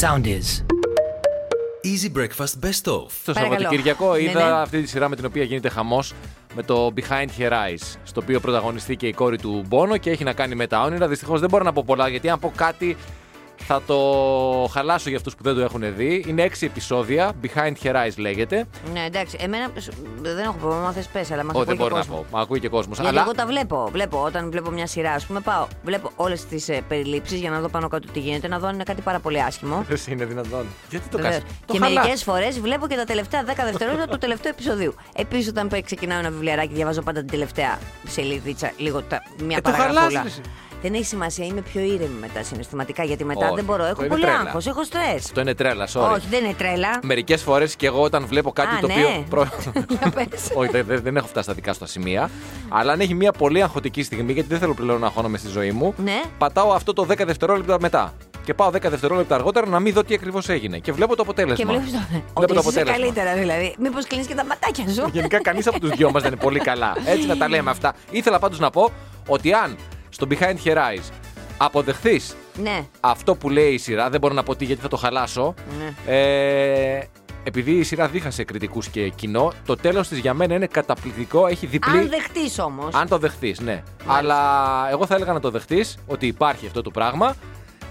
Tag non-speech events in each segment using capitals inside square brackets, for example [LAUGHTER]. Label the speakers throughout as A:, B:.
A: sound is.
B: Easy Breakfast Best Of.
C: Το
D: Παρακαλώ.
C: Σαββατοκυριακό
D: Ναι,
C: είδα
D: ναι.
C: αυτή τη σειρά με την οποία γίνεται χαμός με το Behind Her Eyes, στο οποίο πρωταγωνιστεί και η κόρη του Μπόνο και έχει να κάνει με τα όνειρα. Δυστυχώς δεν μπορώ να πω πολλά γιατί αν πω κάτι θα το χαλάσω για αυτούς που δεν το έχουν δει. Είναι έξι επεισόδια. Behind Her Eyes λέγεται.
D: Ναι, εντάξει. Εμένα σ- δεν έχω πρόβλημα, θες πες, αλλά μα
C: Ό, δεν μπορώ να πω. Μα ακούει και κόσμος.
D: Γιατί εγώ
C: [LAUGHS]
D: τα βλέπω. Βλέπω όταν βλέπω μια σειρά, ας πούμε, πάω. Βλέπω όλες τις ε, περιλήψεις για να δω πάνω κάτω τι γίνεται, να δω αν είναι κάτι πάρα πολύ άσχημο.
C: είναι δυνατόν. Γιατί Ε, το
D: Βεβαίως.
C: κάνεις.
D: Και μερικές φορές βλέπω και τα τελευταία 10 δευτερόλεπτα του τελευταίου επεισοδίου. Επίσης, όταν πέ- ξεκινάω ένα βιβλιαράκι, διαβάζω πάντα την τελευταία σελίδιτσα, λίγο τα, μια
C: Ε, το χαλάς,
D: παραγραφούλα.
C: ρε, εσύ.
D: Δεν έχει σημασία, είμαι πιο ήρεμη μετά συναισθηματικά γιατί μετά
C: Όχι,
D: δεν μπορώ.
C: αυτό
D: Έχω
C: είναι
D: πολύ
C: τρέλα.
D: άγχος, έχω στρες.
C: Το είναι τρέλα, sorry.
D: Όχι, δεν είναι τρέλα.
C: Μερικές φορές και εγώ όταν βλέπω κάτι
D: Α,
C: το
D: ναι.
C: οποίο. προ-
D: [LAUGHS] Για πες.
C: [LAUGHS] Όχι, δεν, δεν- δεν έχω φτάσει στα δικά σου τα σημεία. Αλλά αν έχει μια πολύ αγχωτική στιγμή, γιατί δεν θέλω πλέον να αγχώνομαι στη ζωή μου,
D: Ναι.
C: πατάω αυτό το 10 δευτερόλεπτα μετά. Και πάω 10 δευτερόλεπτα αργότερα να μην δω τι ακριβώς έγινε. Και βλέπω το αποτέλεσμα.
D: Και βλέπεις το.
C: Βλέπω
D: Ότι
C: το
D: εσύ είσαι
C: αποτέλεσμα.
D: καλύτερα, δηλαδή. Μήπως κλείνεις και τα ματάκια σου.
C: Γενικά κανείς από τους δυο μας δεν είναι πολύ καλά. Έτσι να τα λέμε αυτά. Ήθελα πάντως να πω ότι αν στο Behind Her Eyes αποδεχθείς
D: Ναι.
C: αυτό που λέει η σειρά, δεν μπορώ να πω τι γιατί θα το χαλάσω. Ε, επειδή η σειρά δίχασε κριτικούς και κοινό, το τέλος της για μένα είναι καταπληκτικό. Έχει διπλή.
D: Αν δεχτείς όμως.
C: Αν το δεχτείς, ναι. Αλλά εγώ θα έλεγα να το δεχτείς ότι υπάρχει αυτό το πράγμα.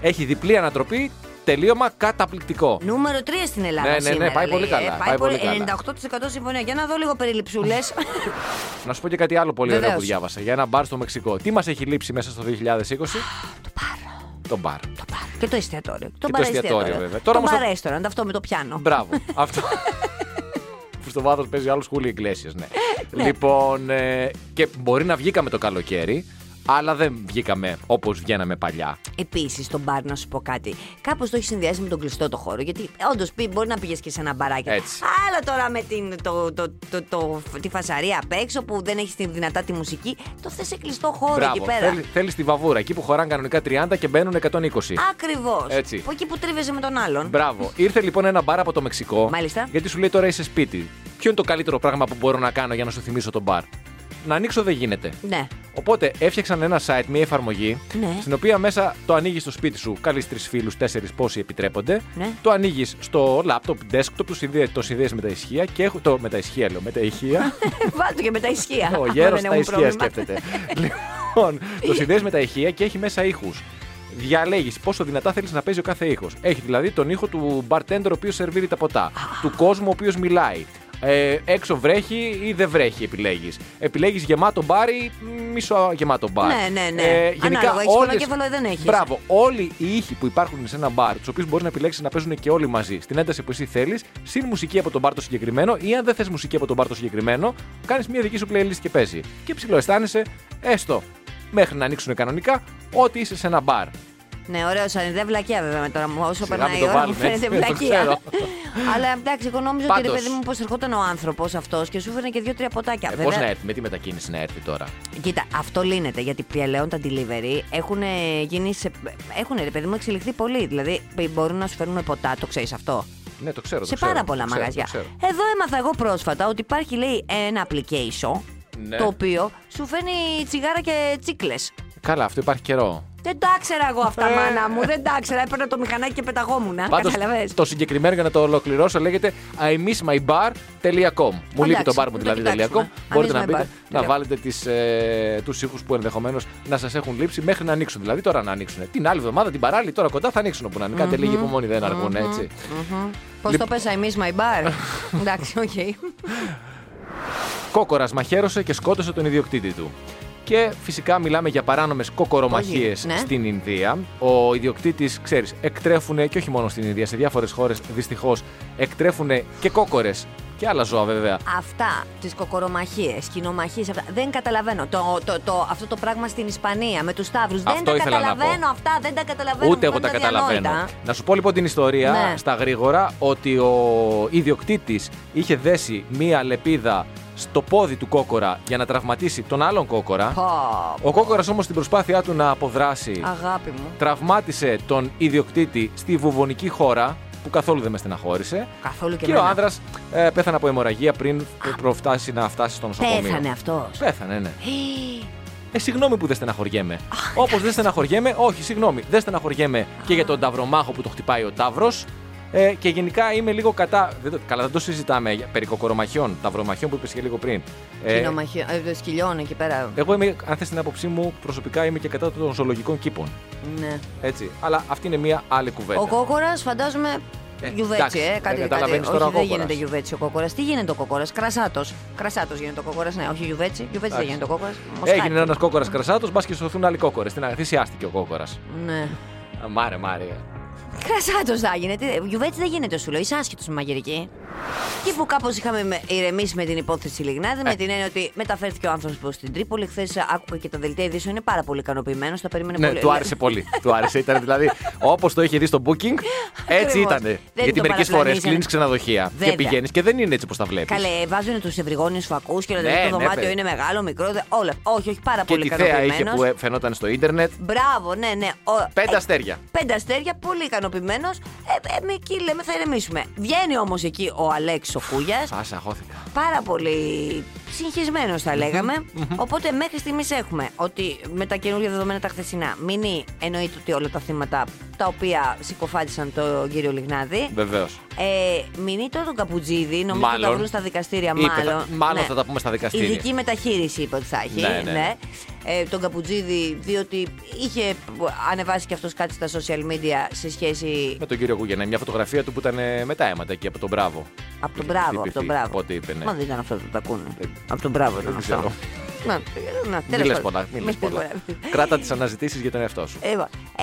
C: Έχει διπλή ανατροπή. Τελείωμα καταπληκτικό.
D: Νούμερο 3 στην Ελλάδα.
C: Ναι, ναι, ναι,
D: σήμερα,
C: πάει
D: λέει.
C: πολύ καλά,
D: Ε,
C: πάει πολύ καλά.
D: 98% συμφωνία. Για να δω λίγο περιληψούλες.
C: [LAUGHS] Να σου πω και κάτι άλλο πολύ ωραίο
D: Βεβαίως.
C: που διάβασα για ένα μπαρ στο Μεξικό. Τι μας έχει λείψει μέσα στο 2020, Το μπαρ.
D: και το εστιατόριο.
C: το
D: Το
C: εστιατόριο,
D: παραεστιατόριο.
C: βέβαια. Τώρα
D: Το
C: όμως το-
D: παρέστοραντ, αυτό με το πιάνο.
C: Μπράβο. Αυτό. που στο βάθος παίζει άλλο Χούλι Ιγκλέσια, ναι. λοιπόν, ε, και μπορεί να βγήκαμε το καλοκαίρι, αλλά δεν βγήκαμε όπως βγαίναμε παλιά.
D: Επίσης, το μπαρ, να σου πω κάτι. Κάπως το έχεις συνδυάσει με τον κλειστό το χώρο. Γιατί όντως μπορεί να πήγες και σε ένα μπαράκι.
C: Έτσι.
D: Αλλά τώρα με την, το, το, το, το, τη φασαρία απ' έξω που δεν έχεις τη δυνατά τη μουσική, το θες σε κλειστό χώρο εκεί πέρα.
C: Θέλει, θέλεις τη βαβούρα, εκεί που χωράνε κανονικά 30 και μπαίνουν 120.
D: Ακριβώς.
C: Έτσι.
D: Από εκεί που τρίβεσαι με τον άλλον.
C: Μπράβο. Ήρθε λοιπόν ένα μπαρ από το Μεξικό.
D: Μάλιστα.
C: Γιατί σου λέει τώρα είσαι σπίτι. Ποιο είναι το καλύτερο πράγμα που μπορώ να κάνω για να σου θυμίσω τον μπαρ. Να ανοίξω δεν γίνεται.
D: Ναι. [LAUGHS]
C: Οπότε έφτιαξαν ένα site, μια εφαρμογή,
D: Ναι.
C: στην οποία μέσα το ανοίγεις στο σπίτι σου, καλείς τρεις φίλους, τέσσερις πόσοι επιτρέπονται.
D: Ναι.
C: Το ανοίγεις στο laptop, desktop, το συνδέει το συνδέεις με τα ησυχία και έχω. Το, με τα ησυχία λέω, με τα
D: [LAUGHS]
C: ηχεία.
D: Βάλτο και με τα ισχύα.
C: Ο γέρος
D: Δεν
C: τα
D: έχουν
C: ησυχία
D: πρόβλημα.
C: σκέφτεται. λοιπόν, το συνδέεις με τα ηχεία και έχει μέσα ήχους. Διαλέγεις πόσο δυνατά θέλεις να παίζει ο κάθε ήχος. Έχει δηλαδή τον ήχο του bartender ο οποίος σερβίρει τα ποτά, του κόσμου ο οποίος μιλάει. Ε, έξω βρέχει ή δεν βρέχει, επιλέγεις. Επιλέγεις γεμάτο μπαρ ή μισό γεμάτο μπαρ.
D: Ναι, ναι, ναι.
C: γενικά
D: Ανάλογα, έχεις
C: όλες-
D: πολλοκέφαλο ή δεν έχεις.
C: Μπράβο. Όλοι οι ήχοι που υπάρχουν σε ένα μπαρ, τους οποίους μπορείς να επιλέξεις να παίζουν και όλοι μαζί στην ένταση που εσύ θέλεις, συν μουσική από τον μπαρ το συγκεκριμένο, ή αν δεν θες μουσική από τον μπαρ το συγκεκριμένο, κάνεις μια δική σου playlist και παίζει. Και ψηλό αισθάνεσαι, έστω μέχρι να ανοίξουν κανονικά, ότι είσαι σε ένα μπαρ. Ε,
D: Ναι, ωραίο σαν δεν βλακεία βέβαια με τώρα μου. Όσο
C: Σιγά
D: περνάει
C: μην
D: η
C: το
D: ώρα μου
C: βάλουμε,
D: φαίνεται
C: έτσι, το
D: βλακεία.
C: ξέρω.
D: [LAUGHS] Αλλά εντάξει, εγώ νόμιζα ότι ρε
C: Πάντως.
D: παιδί μου πώ ερχόταν ο άνθρωπος αυτός και σου έφερε και δύο-τρία ποτάκια.
C: Ε, Πώς να έρθει, με τι μετακίνηση να έρθει τώρα.
D: Κοίτα, αυτό λύνεται γιατί πλέον τα delivery έχουν γίνει σε. Έχουν ρε παιδί μου εξελιχθεί πολύ. Δηλαδή μπορούν να σου φέρουν ποτά, το ξέρεις αυτό.
C: Ναι, το ξέρω. το
D: σε
C: ξέρω,
D: πάρα
C: το
D: πολλά
C: ξέρω,
D: μαγαζιά.
C: το ξέρω.
D: Εδώ έμαθα εγώ πρόσφατα ότι υπάρχει λέει ένα application
C: Ναι.
D: το οποίο σου φέρνει τσιγάρα και τσίκλες.
C: Καλά, αυτό υπάρχει καιρό.
D: Δεν τα ήξερα εγώ αυτά, μάνα μου. Δεν τα ήξερα. Έπαιρνα το μηχανάκι και πεταγόμουν.
C: Ε. Πάντως,
D: Καταλαβες.
C: το συγκεκριμένο για να το ολοκληρώσω λέγεται imissmybar.com. Μου λείπει το bar μου
D: το
C: δηλαδή
D: κοιτάξουμε.
C: .com. Μπορείτε να
D: ImissMyBar.
C: μπείτε να
D: Τελεία.
C: βάλετε τις, ε, τους ήχους που ενδεχομένως να σας έχουν λείψει μέχρι να ανοίξουν. Δηλαδή τώρα να ανοίξουν. Την άλλη εβδομάδα, την παράλληλη, τώρα κοντά θα ανοίξουν όπου να είναι. Κάντε λίγη υπομονή, δεν αργούν έτσι.
D: Πώ
C: Λοιπόν-
D: το πες, I miss my
C: [LAUGHS]
D: bar. Εντάξει, οκ.
C: Κόκορας μαχαίρωσε και σκότωσε τον ιδιοκτήτη του. Και φυσικά μιλάμε για παράνομες κοκορομαχίες
D: ναι.
C: στην Ινδία. Ο ιδιοκτήτης, ξέρεις, εκτρέφουν και όχι μόνο στην Ινδία, σε διάφορες χώρες δυστυχώς εκτρέφουν και κόκορες και άλλα ζώα βέβαια.
D: Αυτά, τις κοκορομαχίες, κοινομαχίες, αυτά. Δεν καταλαβαίνω. Το, το, το, αυτό το πράγμα στην Ισπανία με τους Σταύρους. Δεν
C: Αυτό
D: τα
C: ήθελα να
D: καταλαβαίνω αυτά. Δεν τα καταλαβαίνω.
C: Ούτε
D: μου
C: εγώ τα
D: φαίνονται
C: καταλαβαίνω.
D: αδιανόητα.
C: Να σου πω λοιπόν την ιστορία
D: Ναι.
C: στα γρήγορα ότι ο ιδιοκτήτης είχε δέσει μία λεπίδα στο πόδι του κόκορα για να τραυματίσει τον άλλον κόκορα.
D: Πω,
C: Ο κόκορας όμως στην προσπάθειά του να αποδράσει
D: αγάπη μου.
C: τραυμάτισε τον ιδιοκτήτη στη βουβονική χώρα που καθόλου δεν με στεναχώρησε.
D: Καθόλου και,
C: Και, ο
D: εμένα.
C: άνδρας πέθανε από αιμορραγία πριν προφτάσει να φτάσει στο νοσοκομείο.
D: Πέθανε αυτός.
C: Πέθανε, ναι. Ε, συγγνώμη που δεν στεναχωριέμαι. Όπως δεν στεναχωριέμαι, όχι, συγγνώμη, δεν στεναχωριέμαι και για τον ταυρομάχο που το χτυπάει ο ταύρος. Ε, και γενικά είμαι λίγο κατά. Δεν το, καλά, δεν το συζητάμε για- περί κοκορομαχιών, ταυρομαχιών που είπες και λίγο πριν. Ε,
D: Κοινομαχιο- ε, σκυλιών εκεί πέρα.
C: εγώ είμαι, αν θες την άποψή μου, προσωπικά είμαι και κατά των ζωολογικών κήπων.
D: Ναι.
C: Έτσι. Αλλά αυτή είναι μια άλλη κουβέντα.
D: Ο κόκορας, φαντάζομαι.
C: Ε,
D: Γιουβέτσι,
C: εντάξει,
D: ε,
C: δεν
D: κάτι κάτι.
C: καταλαβαίνεις
D: Όχι,
C: τώρα ο
D: δεν
C: Κόκορας.
D: γίνεται γιουβέτσι ο κόκορας. Τι γίνεται ο κόκορας, κρασάτος. Κρασάτος γίνεται ο κόκορας, ναι, όχι γιουβέτσι. Γιουβέτσι δεν
C: Εντάξει.
D: γίνεται ο κόκορας.
C: Έγινε ένας κόκορας κρασάτος, μπας και σωθούν άλλοι κόκορες. Στην αγαθή θυσιάστηκε ο κόκορας.
D: Ναι.
C: Μάρε, μάρε.
D: Κρασάτο θα γίνεται. Γιουβέτσι δεν γίνεται, σου λέω. Είσαι άσχετος με μαγειρική. Και που κάπως είχαμε με- ηρεμήσει με την υπόθεση Λιγνάδη,
C: Ε.
D: με την έννοια ότι μεταφέρθηκε ο άνθρωπος στην Τρίπολη. Χθες άκουγα και τα δελτία ειδήσεων. Είναι πάρα πολύ ικανοποιημένος. Τα περίμενε
C: Ναι,
D: πολύ.
C: του άρεσε πολύ. του άρεσε. Ήταν δηλαδή όπως το είχε δει στο booking, έτσι
D: Ακριβώς.
C: ήταν.
D: Δεν
C: Γιατί
D: το
C: μερικές φορές
D: παραπλανήσανε.
C: κλείνεις ξενοδοχεία
D: Βέβαια.
C: και πηγαίνεις και δεν είναι έτσι όπως τα βλέπεις.
D: Καλέ, βάζουν τους ευρυγόνιους φακούς και
C: Ναι,
D: λένε
C: ναι,
D: το δωμάτιο
C: παιδί.
D: είναι μεγάλο, μικρό. δε- Όλα. Όχι, όχι, πάρα
C: Και
D: πολύ
C: τη θέα είχε
D: ικανοποιημένος.
C: που ε, φαινόταν στο ίντερνετ.
D: Μπράβο, ναι, ναι. Ο-
C: Πέντε
D: ε,
C: αστέρια.
D: Πέντε αστέρια, πολύ ικανοποιημένος. Ε, ε, με εκεί λέμε θα ηρεμήσουμε. Βγαίνει όμως εκεί ο Αλέξ ο Κούγιας,
C: Άσε, αγχώθηκα.
D: πάρα πολύ συγχυσμένος θα λεγαμε Οπότε μέχρι στιγμής έχουμε ότι με τα καινούργια δεδομένα τα χθεσινά, μηνύ εννοείται ότι όλα τα θύματα τα οποία συκοφάντησαν τον κύριο Λιγνάδη.
C: Βεβαίως.
D: Ε, μηνύ τώρα τον Καπουτζίδη, νομίζω ότι τα
C: Μάλλον.
D: βρουν στα δικαστήρια.
C: Είπε, θα-
D: μάλλον
C: μάλλον θα τα πούμε στα δικαστήρια.
D: Ειδική μεταχείριση είπε ότι θα έχει.
C: Ναι, ναι, ναι.
D: Ε, τον Καπουτζίδη, διότι είχε ανεβάσει και αυτός κάτι στα social media σε σχέση.
C: Με τον κύριο Κούγενε, μια φωτογραφία του που ήταν ε, με τα αίματα εκεί από τον Μπράβο.
D: Από τον
C: Είχε
D: Μπράβο, από
C: χτυπηθεί,
D: τον Μπράβο.
C: από ό,τι είπε, ναι.
D: Μα δεν ήταν αυτό που τα ακούνε. Από τον Μπράβο ήταν αυτό.
C: ξέρω.
D: Να, να,
C: Μην
D: τέλος
C: λες
D: πάντων.
C: πολλά. μην
D: Μην
C: λες
D: πεις
C: πολλά.
D: πολλά.
C: Κράτα
D: [LAUGHS]
C: τις αναζητήσεις για τον εαυτό σου.
D: Λοιπόν, ε,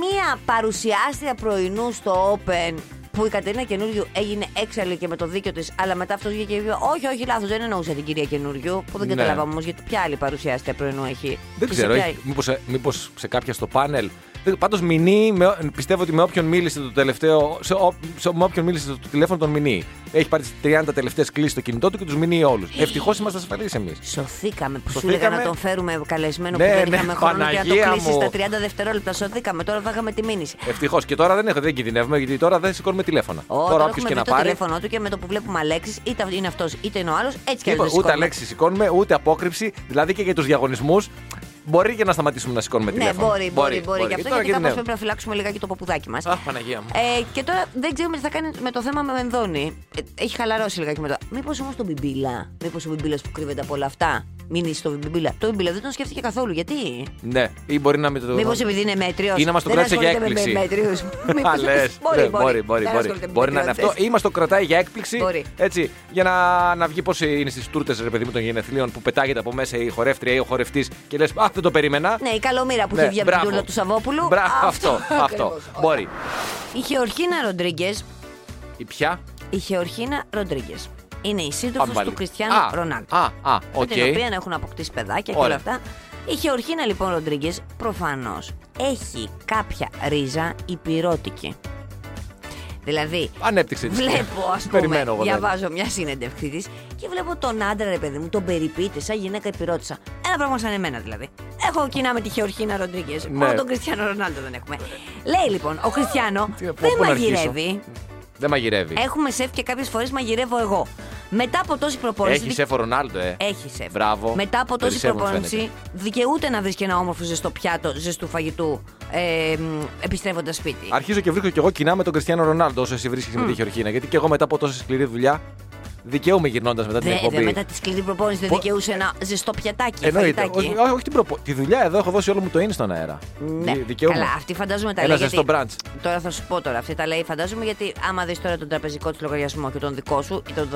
D: μία παρουσιάστρια πρωινού στο Open που η Κατερίνα Καινούριου έγινε έξαλλη και με το δίκιο της, αλλά μετά αυτός βγήκε και είπε: Όχι, όχι, λάθος, δεν εννοούσα την κυρία Καινούριου. Που δεν
C: Ναι.
D: καταλάβαμε όμως γιατί ποια άλλη παρουσιάστρια πρωινού έχει.
C: Δεν
D: Και
C: ξέρω,
D: σε ποια-
C: μήπως μήπως σε κάποια στο πάνελ. Πάντως, Μινή, με ό- πιστεύω ότι με όποιον μίλησε το τελευταίο. Σε, ό- σε- με όποιον μίλησε το τηλέφωνο τον Μινή. Έχει πάρει τις 30 τελευταίες κλήσεις στο κινητό του και τους Μινή όλους.
D: Ε.
C: Ευτυχώς είμαστε ασφαλείς εμείς.
D: Σωθήκαμε που σου
C: Σωθήκαμε.
D: έλεγα να τον φέρουμε καλεσμένο
C: Ναι,
D: που δεν
C: ναι,
D: είχαμε χρόνο και να το
C: Παναγία
D: κλείσεις
C: μου.
D: στα 30 δευτερόλεπτα. Σωθήκαμε, τώρα θα είχαμε τη μήνυση.
C: Ευτυχώς. Και τώρα δεν, έχω, δεν κινδυνεύουμε γιατί τώρα δεν σηκώνουμε τηλέφωνα.
D: Όταν
C: όποιος
D: έχουμε βρει το τηλέφωνό του και με το που βλέπουμε Αλέξης, είτε είναι αυτός είτε είναι ο άλλος, έτσι κι
C: Τίποτα,
D: αλλιώ.
C: Λοιπόν, ούτε λέξη σηκώνουμε, ούτε απόκρυψη. Δηλαδή και για τους διαγωνισμούς μπορεί και να σταματήσουμε να σηκώνουμε
D: Ναι,
C: τηλέφωνα.
D: μπορεί, μπορεί, μπορεί. Γι'
C: Και
D: αυτό
C: τώρα ναι.
D: γιατί κάπως
C: κινδυνεύουμε.
D: πρέπει να φυλάξουμε λιγάκι το παπουδάκι μας.
C: Αχ, Παναγία μου.
D: Ε, και τώρα δεν ξέρουμε τι θα κάνει με το θέμα με Μενδώνη. Ε, έχει χαλαρώσει λιγάκι μετά. Μήπως όμως τον Μπιμπίλα, μήπως ο Μπιμπίλας που κρύβεται από όλα αυτά, μείνει στο Μπιμπίλα. Το Μπιμπίλα δεν τον σκέφτηκε καθόλου. Γιατί.
C: Ναι, ή μπορεί να με το.
D: Μήπως επειδή είναι μέτριος.
C: Ή να μας το κράτησε για έκπληξη. [LAUGHS] Α, λες. Ναι,
D: Μπορεί,
C: μπορεί,
D: Δεν
C: μπορεί.
D: ασχολείται με
C: Μπορεί να είναι αυτό.
D: μετριότητες.
C: Ή μας το κρατάει για έκπληξη.
D: Μπορεί.
C: Έτσι, για να, να βγει πώς είναι στις τούρτες, ρε παιδί μου, των γενεθλίων που πετάγεται από μέσα η χορεύτρια ή ο χορευτής και λες, Αχ, δεν το περίμενα.
D: Ναι, η καλομήρα που
C: Ναι,
D: είχε βγει από την
C: μπράβο.
D: τούρτα του Σαββόπουλου.
C: Μπράβο, αυτό. αυτό.
D: [LAUGHS] ακριβώς.
C: Μπορεί.
D: Η Χεωργίνα Ροντρίγκες.
C: Η πια.
D: Η Χεωργίνα Ροντρίγκες. Είναι η
C: Πάμε
D: σύντροφο
C: πάλι.
D: του Κριστιανού
C: Α,
D: Ρονάλντο.
C: Α, α, οκ.
D: με την οποία έχουν αποκτήσει παιδάκια και όλα
C: Ωραία.
D: αυτά. Η Χεωργίνα λοιπόν Ροντρίγκες προφανώς έχει κάποια ρίζα υπηρώτικη. Δηλαδή,
C: Ανέπτυξε τη.
D: βλέπω,
C: [LAUGHS]
D: ας πούμε,
C: Περιμένω εγώ. ναι. δηλαδή. δεν.
D: διαβάζω μια συνέντευξή της και βλέπω τον άντρα, ρε παιδί μου, τον περιποιείται σαν γυναίκα υπηρώτησα. Ένα πράγμα σαν εμένα δηλαδή. Έχω κοινά με τη Χεωργίνα Ροντρίγκες.
C: Ναι.
D: Μόνο τον Κριστιανό Ρονάλντο δεν έχουμε. Λέει λοιπόν, ο Κριστιανό
C: Τι, από
D: δεν
C: πού να αρχίσω.
D: μαγειρεύει.
C: Δεν μαγειρεύει.
D: Έχουμε σεφ και κάποιες φορές μαγειρεύω εγώ. Μετά από τόση προπόνηση.
C: Έχεις σεφ ο Ρονάλντο, ε.
D: Έχεις σεφ.
C: Μπράβο.
D: Μετά από τόση
C: Περισσεύουν,
D: προπόνηση,
C: φαίνεται.
D: δικαιούται να βρει και ένα όμορφο ζεστό πιάτο ζεστού φαγητού ε, επιστρέφοντας σπίτι.
C: Αρχίζω και βρίσκω κι εγώ κοινά με τον Κριστιανό Ρονάλντο όσο εσύ βρίσκεις με τη Γεωργίνα. Γιατί και εγώ μετά από τόση σκληρή δουλειά δικαιούμαι γυρνώντας μετά την
D: Δε,
C: εκπομπή.
D: δε, Ναι, μετά τη σκληρή προπόνηση δεν
C: Πο-
D: δικαιούσε ένα ζεστό πιατάκι.
C: Εννοείται.
D: φαγητάκι.
C: Όχι, όχι, όχι την προπο... Τη δουλειά εδώ έχω δώσει όλο μου το είναι στον αέρα.
D: Ναι.
C: Δι- δικαιούμαι.
D: Καλά, αυτή φαντάζομαι τα
C: Ένα
D: λέει.
C: ζεστό μπραντς.
D: Τώρα θα σου πω τώρα. Αυτή τα λέει φαντάζομαι γιατί άμα δεις τώρα τον τραπεζικό της λογαριασμό και τον δικό σου. ή τον-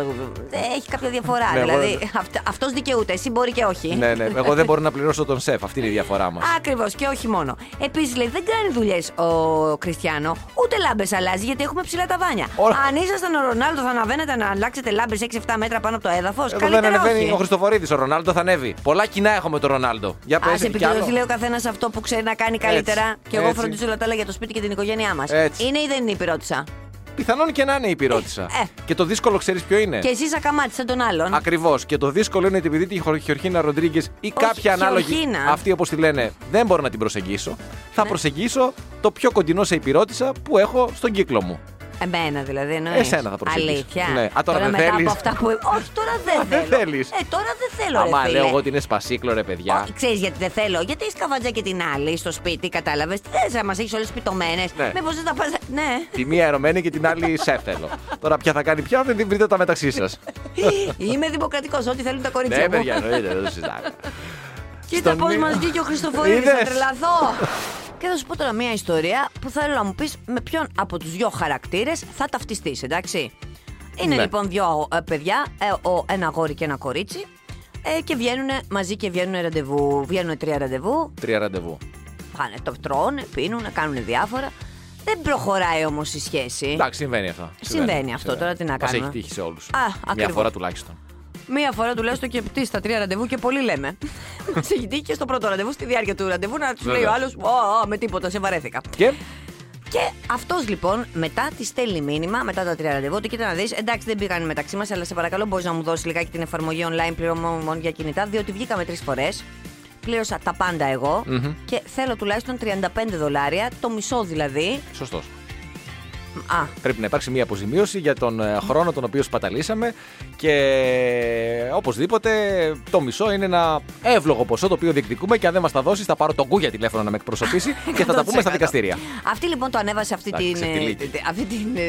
D: Δεν έχει κάποια διαφορά.
C: Ναι, εγώ
D: δηλαδή
C: δεν-
D: αυτός δικαιούται. Εσύ μπορεί και όχι.
C: Ναι, ναι. Εγώ δεν μπορώ να πληρώσω τον σεφ. Αυτή είναι η διαφορά μας.
D: Ακριβώς και όχι μόνο. Επίσης λέει δεν κάνει δουλειές ο Κριστιανό, ούτε λάμπες αλλάζει γιατί έχουμε ψηλά τα βάνια.
C: Ωρα.
D: Αν ήσασταν ο Ρονάλντο, θα αναβαίνετε να αλλάξετε λάμπες 6-7 μέτρα πάνω από το έδαφος.
C: Εγώ δεν
D: Καλύτερα
C: ανεβαίνει ο
D: όχι.
C: Χριστοφορίδης. Ο Ρονάλντο θα ανέβει. Πολλά κοινά έχω με τον Ρονάλντο. Για πες.
D: Ας επικεντρωθεί, λέει ο καθένας αυτό που ξέρει να κάνει καλύτερα. Και εγώ
C: Έτσι.
D: φροντίζω όλα τα άλλα για το σπίτι και την οικογένειά μας.
C: Έτσι.
D: Είναι ή δεν είναι η πυρότησα.
C: Πιθανόν και να είναι η πυρότησα.
D: Ε, ε.
C: Και το δύσκολο ξέρεις ποιο είναι.
D: Και εσεί ακαμάτησε σαν τον άλλον.
C: Ακριβώς. Και το δύσκολο είναι ότι επειδή τη Χορ- Χιορχίνα Ροντρίγκες ή κάποια ανάλογη.
D: Χιορχίνα. Ναι.
C: Αυτή όπως τη λένε, δεν μπορώ να την προσεγγίσω. Θα προσεγγίσω το πιο κοντινό σε υπηρώτησα που έχω στον κύκλο μου.
D: Εμένα δηλαδή εννοείς.
C: Εσένα θα προσέγγεις.
D: Αλήθεια.
C: Ναι. Α, τώρα δεν
D: μετά
C: θέλεις.
D: από αυτά που... Όχι, τώρα δεν
C: [LAUGHS] Δεν
D: θέλω.
C: θέλεις.
D: Ε, τώρα δεν θέλω
C: Αμά
D: ρε φίλε.
C: λέω εγώ ότι είναι σπασίκλο, ρε παιδιά.
D: Όχι, ξέρεις γιατί δεν θέλω. Γιατί έχεις καβατζά και την άλλη στο σπίτι, κατάλαβες. Τι θες να μα έχεις όλες πιτωμένε.
C: Ναι.
D: Μήπως δεν τα πας.
C: [LAUGHS]
D: Ναι.
C: Τη μία ερωμένη και την άλλη σε θέλω. Τώρα ποια θα κάνει πια, δεν την βρείτε τα μεταξύ σας.
D: [LAUGHS] Είμαι δημοκρατικός. Ό,τι θέλουν τα κορίτσια.
C: ναι,
D: μου.
C: παιδιά, εννοείται, δεν το συζητάμε.
D: Κοίτα
C: Στον
D: πώς
C: μη-
D: μας βγήκε ο Χριστοφορίδης. Θα
C: Είδες?
D: τρελαθώ. και θα σου πω τώρα μια ιστορία που θέλω να μου πεις με ποιον από τους δύο χαρακτήρες θα ταυτιστείς, εντάξει. Είναι
C: Ναι.
D: λοιπόν δύο ε, παιδιά, ε, ο, ένα αγόρι και ένα κορίτσι. Ε, και βγαίνουν μαζί και βγαίνουν ραντεβού. Βγαίνουν τρία ραντεβού.
C: Τρία ραντεβού.
D: Πάνε, το τρώνε, πίνουν, κάνουν διάφορα. Δεν προχωράει όμως η σχέση.
C: Εντάξει, συμβαίνει αυτό.
D: Ε. Συμβαίνει αυτό, τώρα τι να
C: Μας
D: κάνουμε.
C: έχει τύχει σε όλους. Μια
D: ακριβώς.
C: φορά τουλάχιστον.
D: Μία φορά τουλάχιστον και πτή στα τρία ραντεβού και πολύ
C: [LAUGHS]
D: λέμε. Μα έχει τύχει και στο πρώτο ραντεβού, στη διάρκεια του ραντεβού, να τους λέει ο
C: Βέβαια.
D: άλλος: με τίποτα, σε βαρέθηκα.
C: Και
D: Και αυτός λοιπόν μετά τη στέλνει μήνυμα, μετά τα τρία ραντεβού, ότι κοίτα να δεις: Εντάξει, δεν πήγαν μεταξύ μας, αλλά σε παρακαλώ, μπορείς να μου δώσεις λιγάκι την εφαρμογή online πληρωμών για κινητά, διότι βγήκαμε τρεις φορές. Πλήρωσα τα πάντα εγώ και θέλω τουλάχιστον 35 δολάρια, το μισό δηλαδή.
C: σωστός.
D: Α,
C: Πρέπει να υπάρξει μια αποζημίωση για τον ε, χρόνο τον οποίο σπαταλήσαμε και οπωσδήποτε το μισό είναι ένα εύλογο ποσό το οποίο διεκδικούμε και αν δεν μας τα δώσεις θα πάρω τον κούγια τηλέφωνο να με εκπροσωπήσει και θα τα πούμε στα
D: 100%.
C: δικαστήρια.
D: Αυτή λοιπόν το ανέβασε αυτή
C: Εντάξει,
D: την, ε,
C: ξεφτυλίκη.
D: τε- αυτή την ε,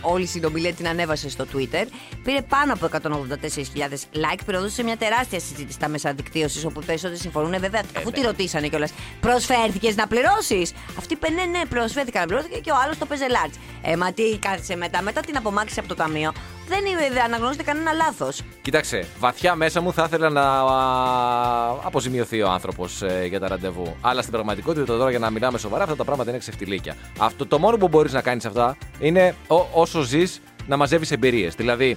D: όλη η συνομιλία την ανέβασε στο Twitter. Πήρε πάνω από 184.000 like, πυροδούσε σε μια τεράστια συζήτηση στα μέσα δικτύωσης όπου οι περισσότεροι συμφωνούν. Ε, βέβαια,
C: ναι.
D: αφού τη ρωτήσανε κιόλας, προσφέρθηκες να πληρώσεις. Αυτή είπε ναι, ναι, προσφέρθηκα να πληρώσω και ο άλλος το παίζε large. Ε, μα τι κάθισε μετά, μετά την απομάκρυση από το ταμείο. Δεν ε, δεν αναγνωρίζεται κανένα λάθος.
C: Κοίταξε, βαθιά μέσα μου θα ήθελα να α, αποζημιωθεί ο άνθρωπος για τα ραντεβού. Αλλά στην πραγματικότητα τώρα για να μιλάμε σοβαρά, αυτά τα πράγματα είναι ξεφτιλίκια. Αυτό, το μόνο που μπορείς να κάνεις αυτά είναι ό- όσο ζεις να μαζεύεις εμπειρίες. Δηλαδή,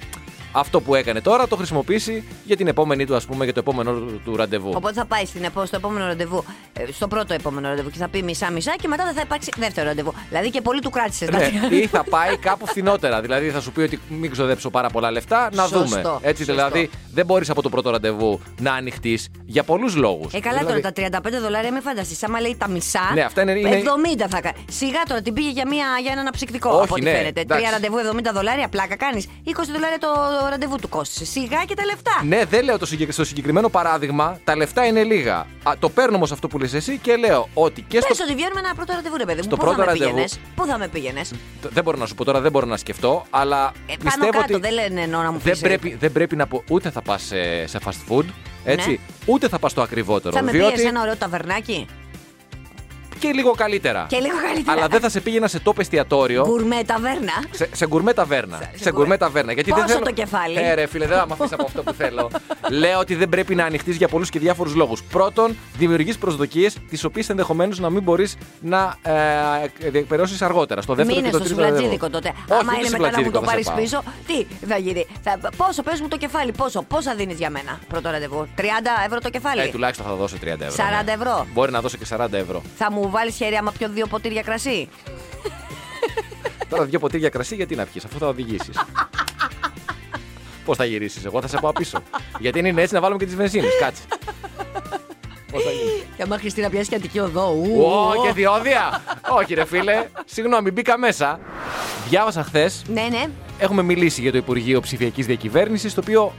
C: αυτό που έκανε τώρα το χρησιμοποιήσει για την επόμενη του, ας πούμε, για το επόμενο του- του ραντεβού.
D: Οπότε θα πάει στην, επό- στο επόμενο ραντεβού, ε, στο πρώτο επόμενο ραντεβού και θα πει μισά-μισά και μετά δεν θα υπάρξει δεύτερο ραντεβού. Δηλαδή και πολύ του κράτησε.
C: Ναι, ή θα πάει κάπου φθηνότερα. Δηλαδή θα σου πει ότι μην ξοδέψω πάρα πολλά λεφτά, να
D: Σωστό,
C: δούμε. Έτσι
D: σωστό.
C: δηλαδή δεν μπορείς από το πρώτο ραντεβού να ανοιχτείς για πολλούς λόγους.
D: Ε, καλά
C: δηλαδή,
D: τώρα τα 35 δολάρια, μην φανταστείς. Άμα λέει τα μισά.
C: Ναι, αυτά είναι- είναι-
D: 70 θα κάνει. Σιγά τώρα την πήγε για, μια, για ένα αναψυκτικό.
C: Όχι,
D: από ό,τι
C: ναι,
D: φαίνεται.
C: εντάξει.
D: Τρία ραντεβού 70 δολάρια, πλάκα κάνεις. 20 δολάρια το ραντεβού του κόστησε. Σιγά και τα λεφτά.
C: Ναι, δεν λέω το συγκεκ- στο συγκεκριμένο παράδειγμα, τα λεφτά είναι λίγα. Α, το παίρνω όμως αυτό που λες εσύ και λέω ότι και στο.
D: Πες ότι βγαίνουμε ένα πρώτο ραντεβού, ρε παιδί μου.
C: Στο
D: Πού
C: πρώτο
D: θα με
C: ραντεβού-
D: πήγαινες? Πού θα με πήγαινες.
C: Τ- Δεν μπορώ να σου πω τώρα, δεν μπορώ να σκεφτώ, αλλά
D: Ε, πάνω
C: πιστεύω
D: κάτω,
C: ότι.
D: δεν λένε εννοώ να μου
C: δεν
D: πεις, ε,
C: πρέπει, δεν πρέπει να πω ούτε θα πας σε, σε fast food, έτσι,
D: Ναι.
C: ούτε θα πας στο ακριβότερο.
D: Θα με
C: διότι
D: πήγες σε ένα ωραίο ταβερνάκι.
C: και λίγο καλύτερα.
D: Και λίγο καλύτερα.
C: Αλλά δεν θα σε πήγαινα σε τόπο εστιατόριο.
D: Γκουρμέ ταβέρνα.
C: Σε, σε γκουρμέ ταβέρνα. Σε,
D: γκουρμέ.
C: γκουρμέ ταβέρνα. Γιατί
D: Πόσο
C: δεν θέλω...
D: το κεφάλι?
C: Ε, ρε, φίλε, δεν θα μάθει από αυτό που θέλω. Λέω ότι δεν πρέπει να ανοιχτείς για πολλούς και διάφορους λόγους. Πρώτον, δημιουργείς προσδοκίες, τις οποίες ενδεχομένως να μην μπορείς να ε, διεκπαιρεώσει αργότερα. Στο δεύτερο
D: Μείνε
C: και το
D: στο
C: τρίτο.
D: σουβλατζίδικο
C: ραντεβού.
D: τότε.
C: Όχι,
D: Άμα
C: ούτε
D: είναι μετά να μου
C: σουβλατζίδικο
D: το
C: θα σε
D: πάρεις
C: πάω. Ε,
D: πίσω, τι θα γίνει. Θα, πόσο πες μου το κεφάλι, πόσο, πόσα δίνεις για μένα πρώτο ραντεβού. 30 ευρώ το κεφάλι.
C: Ε, τουλάχιστον θα δώσω 30 ευρώ.
D: 40
C: ναι.
D: ευρώ.
C: Μπορεί να δώσω και 40 ευρώ.
D: Θα μου βάλεις χέρι άμα πιω δύο ποτήρια κρασί.
C: Τώρα δύο ποτήρια κρασί, γιατί να πιεις, αφού θα οδηγήσεις. Πώς θα γυρίσεις, εγώ θα σε πάω πίσω. γιατί είναι έτσι να βάλουμε και τις βενζίνες. Κάτσε. Πώς θα γίνει.
D: Και Ε, άμα χρειαστεί να πιάσει και αντική οδό. ου,
C: Ω,
D: ου.
C: και διόδια! Όχι, ρε φίλε. Συγγνώμη, μπήκα μέσα. Διάβασα χθες.
D: Ναι, ναι.
C: Έχουμε μιλήσει για το Υπουργείο Ψηφιακής Διακυβέρνησης, το οποίο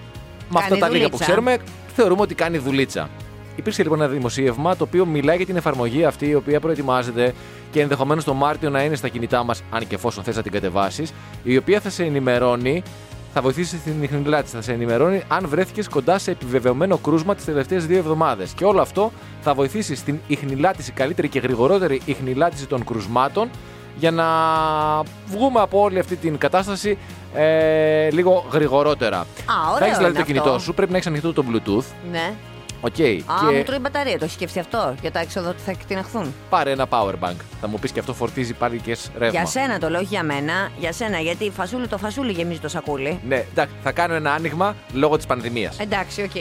C: με αυτά
D: Κάνει
C: τα λίγα που
D: δουλίτσα.
C: ξέρουμε θεωρούμε ότι κάνει δουλίτσα. Υπήρξε λοιπόν ένα δημοσίευμα το οποίο μιλάει για την εφαρμογή αυτή η οποία προετοιμάζεται και ενδεχομένως το Μάρτιο να είναι στα κινητά μας, αν και εφόσον θες να την κατεβάσεις, η οποία θα σε ενημερώνει, θα βοηθήσει στην ιχνηλά τη, θα σε ενημερώνει αν βρέθηκες κοντά σε επιβεβαιωμένο κρούσμα τις τελευταίες δύο εβδομάδες. Και όλο αυτό θα βοηθήσεις στην ιχνηλάτηση, καλύτερη και γρηγορότερη ιχνηλάτηση των κρουσμάτων για να βγούμε από όλη αυτή την κατάσταση ε, λίγο γρηγορότερα.
D: ωραίο
C: θα έχεις δηλαδή το
D: είναι
C: κινητό
D: αυτό.
C: σου, πρέπει να έχεις ανοιχτό το Bluetooth.
D: ναι.
C: Οκ.
D: Α,
C: και
D: μου τρώει η μπαταρία. Το έχει σκεφτεί αυτό. Για τα έξοδα ότι θα εκτιναχθούν.
C: πάρε ένα power bank. Θα μου πεις και αυτό φορτίζει πάλι και σ- ρεύμα.
D: Για σένα το λέω, όχι για μένα. Για σένα, γιατί φασούλη το φασούλι γεμίζει το σακούλι.
C: Ναι, εντάξει, θα κάνω ένα άνοιγμα λόγω της πανδημίας.
D: Εντάξει, οκ.
C: Ε.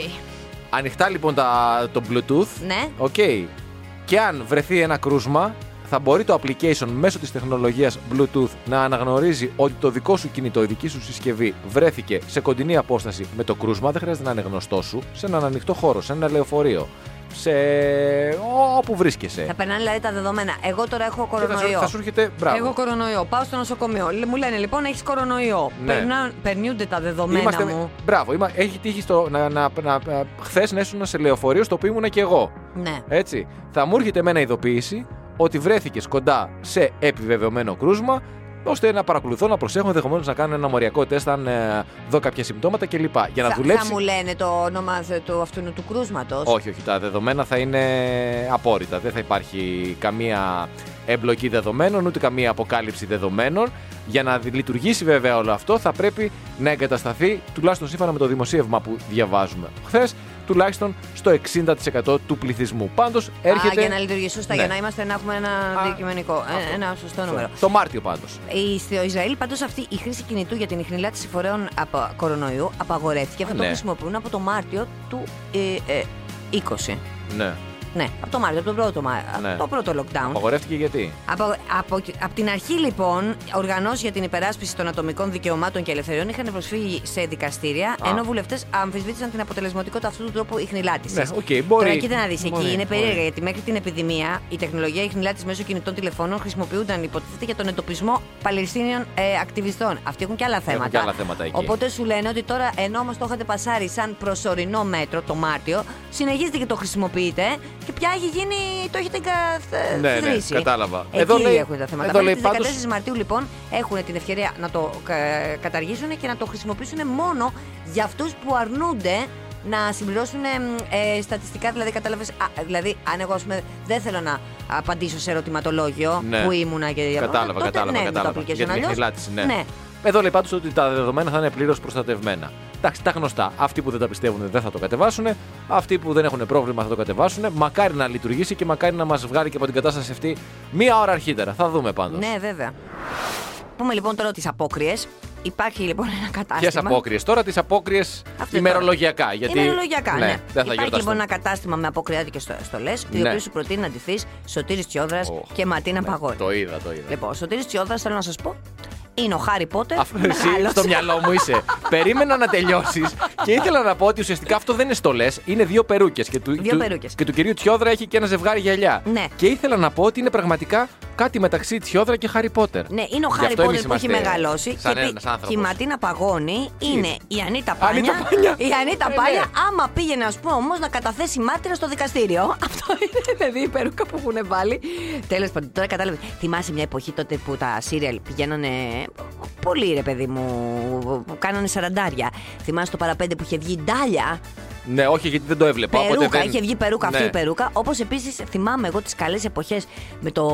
C: Ανοιχτά λοιπόν τα, το Bluetooth.
D: Ναι.
C: Οκ. Και αν βρεθεί ένα κρούσμα, θα μπορεί το application μέσω της τεχνολογίας Bluetooth να αναγνωρίζει ότι το δικό σου κινητό, η δική σου συσκευή βρέθηκε σε κοντινή απόσταση με το κρούσμα, δεν χρειάζεται να είναι γνωστό σου, σε έναν ανοιχτό χώρο, σε ένα λεωφορείο. σε όπου βρίσκεσαι.
D: Θα περνάνε δηλαδή τα δεδομένα. Εγώ τώρα έχω
C: Και θα, σου,
D: κορονοϊό.
C: θα σου έρχεται. Μπράβο.
D: Εγώ κορονοϊό. Πάω στο νοσοκομείο. Λέ- Μου λένε λοιπόν έχεις κορονοϊό.
C: Ναι.
D: Περνά- περνιούνται τα δεδομένα μου.
C: Μπράβο, είμα- έχει τύχει στο, να, να, να, χθες να ήσουν σε λεωφορείο στο οποίο ήμουνα και εγώ.
D: Ναι.
C: Έτσι. Θα μου έρχεται εμένα ειδοποίηση ότι βρέθηκες κοντά σε επιβεβαιωμένο κρούσμα, ώστε να παρακολουθώ, να προσέχω, ενδεχομένως να κάνω ένα μοριακό τεστ αν ε, δω κάποια συμπτώματα κλπ. Για να
D: θα,
C: δουλέψει.
D: θα μου λένε το όνομα θε- του αυτού του κρούσματος.
C: Όχι, όχι. Τα δεδομένα θα είναι απόρριτα. Δεν θα υπάρχει καμία εμπλοκή δεδομένων, ούτε καμία αποκάλυψη δεδομένων. Για να δι- λειτουργήσει βέβαια όλο αυτό, θα πρέπει να εγκατασταθεί, τουλάχιστον σύμφωνα με το δημοσίευμα που διαβάζουμε χθες, τουλάχιστον στο 60% του πληθυσμού. Πάντως έρχεται.
D: Α, για να λειτουργεί σωστά,
C: Ναι.
D: για να είμαστε να έχουμε ένα
C: Α,
D: αντικειμενικό. ε, Ένα σωστό νούμερο.
C: Το Μάρτιο πάντως.
D: Η- Στο Ισραήλ, πάντως, αυτή η χρήση κινητού για την ιχνηλάτηση φορέων από κορονοϊού απαγορεύτηκε. Αυτό
C: ναι.
D: το χρησιμοποιούν από το Μάρτιο του ε, ε, 20.
C: Ναι.
D: Ναι, από το Μάρτιο, από τον πρώτο, Μα-
C: Ναι.
D: από το πρώτο lockdown.
C: Απαγορεύτηκε γιατί.
D: Από, από, από την αρχή, λοιπόν, οργανώσει για την υπεράσπιση των ατομικών δικαιωμάτων και ελευθεριών είχαν προσφύγει σε δικαστήρια, ενώ βουλευτές αμφισβήτησαν την αποτελεσματικότητα αυτού του τρόπου ιχνηλάτηση.
C: Ναι, οκ, μπορεί.
D: Τώρα, κοίτα να δεις,
C: Μπορεί,
D: εκεί είναι περίεργα,
C: μπορεί.
D: γιατί μέχρι την επιδημία η τεχνολογία ιχνηλάτηση μέσω κινητών τηλεφώνων χρησιμοποιούνταν, υποτίθεται, για τον εντοπισμό Παλαιστίνιων ε, ακτιβιστών. Αυτοί έχουν και άλλα θέματα.
C: και άλλα θέματα εκεί.
D: Οπότε σου λένε ότι τώρα, ενώ όμω το είχατε πασάρει σαν προσωρινό μέτρο το Μάρτιο, συνεχίζετε και το χρησιμοποιείτε και πια έχει γίνει, το έχετε καθ,
C: Ναι, ναι,
D: θρήσει.
C: κατάλαβα.
D: Εκεί
C: Εδώ λέει-
D: έχουν τα θέματα.
C: εδώ
D: Μέχρι
C: λέει
D: τις
C: πάντως-
D: 14 Μαρτίου λοιπόν έχουν την ευκαιρία να το κα- καταργήσουν και να το χρησιμοποιήσουν μόνο για αυτούς που αρνούνται να συμπληρώσουν εμ, ε, στατιστικά, δηλαδή κατάλαβες, α, δηλαδή αν εγώ ας πούμε, δεν θέλω να απαντήσω σε ερωτηματολόγιο
C: Ναι.
D: που ήμουνα και για
C: Κατάλαβα,
D: τότε
C: κατάλαβα,
D: ναι, με το
C: κατάλαβα.
D: application.
C: Για την
D: Αλλιώς,
C: ηχνηλάτηση, ναι.
D: ναι.
C: Εδώ λέει πάντως ότι τα δεδομένα θα είναι πλήρως προστατευμένα. Εντάξει, τα γνωστά. Αυτοί που δεν τα πιστεύουν δεν θα το κατεβάσουν. Αυτοί που δεν έχουν πρόβλημα θα το κατεβάσουν. Μακάρι να λειτουργήσει και μακάρι να μας βγάλει και από την κατάσταση αυτή μία ώρα αρχίτερα. Θα δούμε πάντως.
D: Ναι, βέβαια. Πούμε λοιπόν τώρα τις απόκριες. Υπάρχει λοιπόν ένα
C: Ποιε
D: κατάστημα.
C: απόκριες τώρα, τις απόκριες
D: Αυτό είναι
C: ημερολογιακά. Γιατί...
D: Ημερολογιακά, ναι.
C: Δεν θα
D: Υπάρχει
C: γιορτάσουμε.
D: λοιπόν ένα κατάστημα με αποκριάτικε στολέ, οι
C: Ναι.
D: οποίε σου προτείνει να αντιθεί Σωτήρης Τσιόδρας
C: Ωχ,
D: και Ματίνα
C: ναι,
D: Παγόρη.
C: Το είδα, το είδα.
D: Λοιπόν, ο Σωτήρης Τσιόδρας θέλω να σας πω. Είναι ο Χάρι Πότερ.
C: Αυτό εσύ
D: μεγάλος.
C: στο μυαλό μου είσαι. Περίμενα να τελειώσεις και ήθελα να πω ότι ουσιαστικά αυτό δεν είναι στολές, είναι δύο περούκες. Και του,
D: Δύο
C: του-
D: περούκες.
C: και του κυρίου Τσιόδρα έχει και ένα ζευγάρι γυαλιά.
D: Ναι.
C: Και ήθελα να πω ότι είναι πραγματικά κάτι μεταξύ Τσιόδρα και Χάρι Πότερ.
D: Ναι, είναι ο
C: Γι'
D: Χάρι
C: αυτό
D: Πότερ
C: εμείς
D: που έχει
C: είμαστε
D: μεγαλώσει.
C: Σαν
D: και, επί-
C: ένας άνθρωπος.
D: και η Ματίνα Παγώνη είναι η Ανίτα
C: Ανίτα
D: Πάνια.
C: Πάνια.
D: Η Ανίτα
C: Ε, ναι.
D: Πάνια, άμα πήγαινε, ας πούμε, όμως να καταθέσει μάρτυρα στο δικαστήριο. [LAUGHS] Αυτό είναι δηλαδή η περούκα που έχουν βάλει. Τέλος πάντων, τώρα κατάλαβες. Θυμάσαι μια εποχή τότε που τα σύριαλ πηγαίνανε. Πολύ ρε παιδί μου, που κάνανε σαραντάρια. Θυμάσαι το παραπέντε που είχε βγει η Ντάλια.
C: Ναι, όχι γιατί δεν το έβλεπα. οπότε
D: Περούκα,
C: δεν...
D: είχε βγει περούκα αυτή
C: Ναι.
D: η περούκα. Όπως επίσης θυμάμαι εγώ τις καλές εποχές με, το,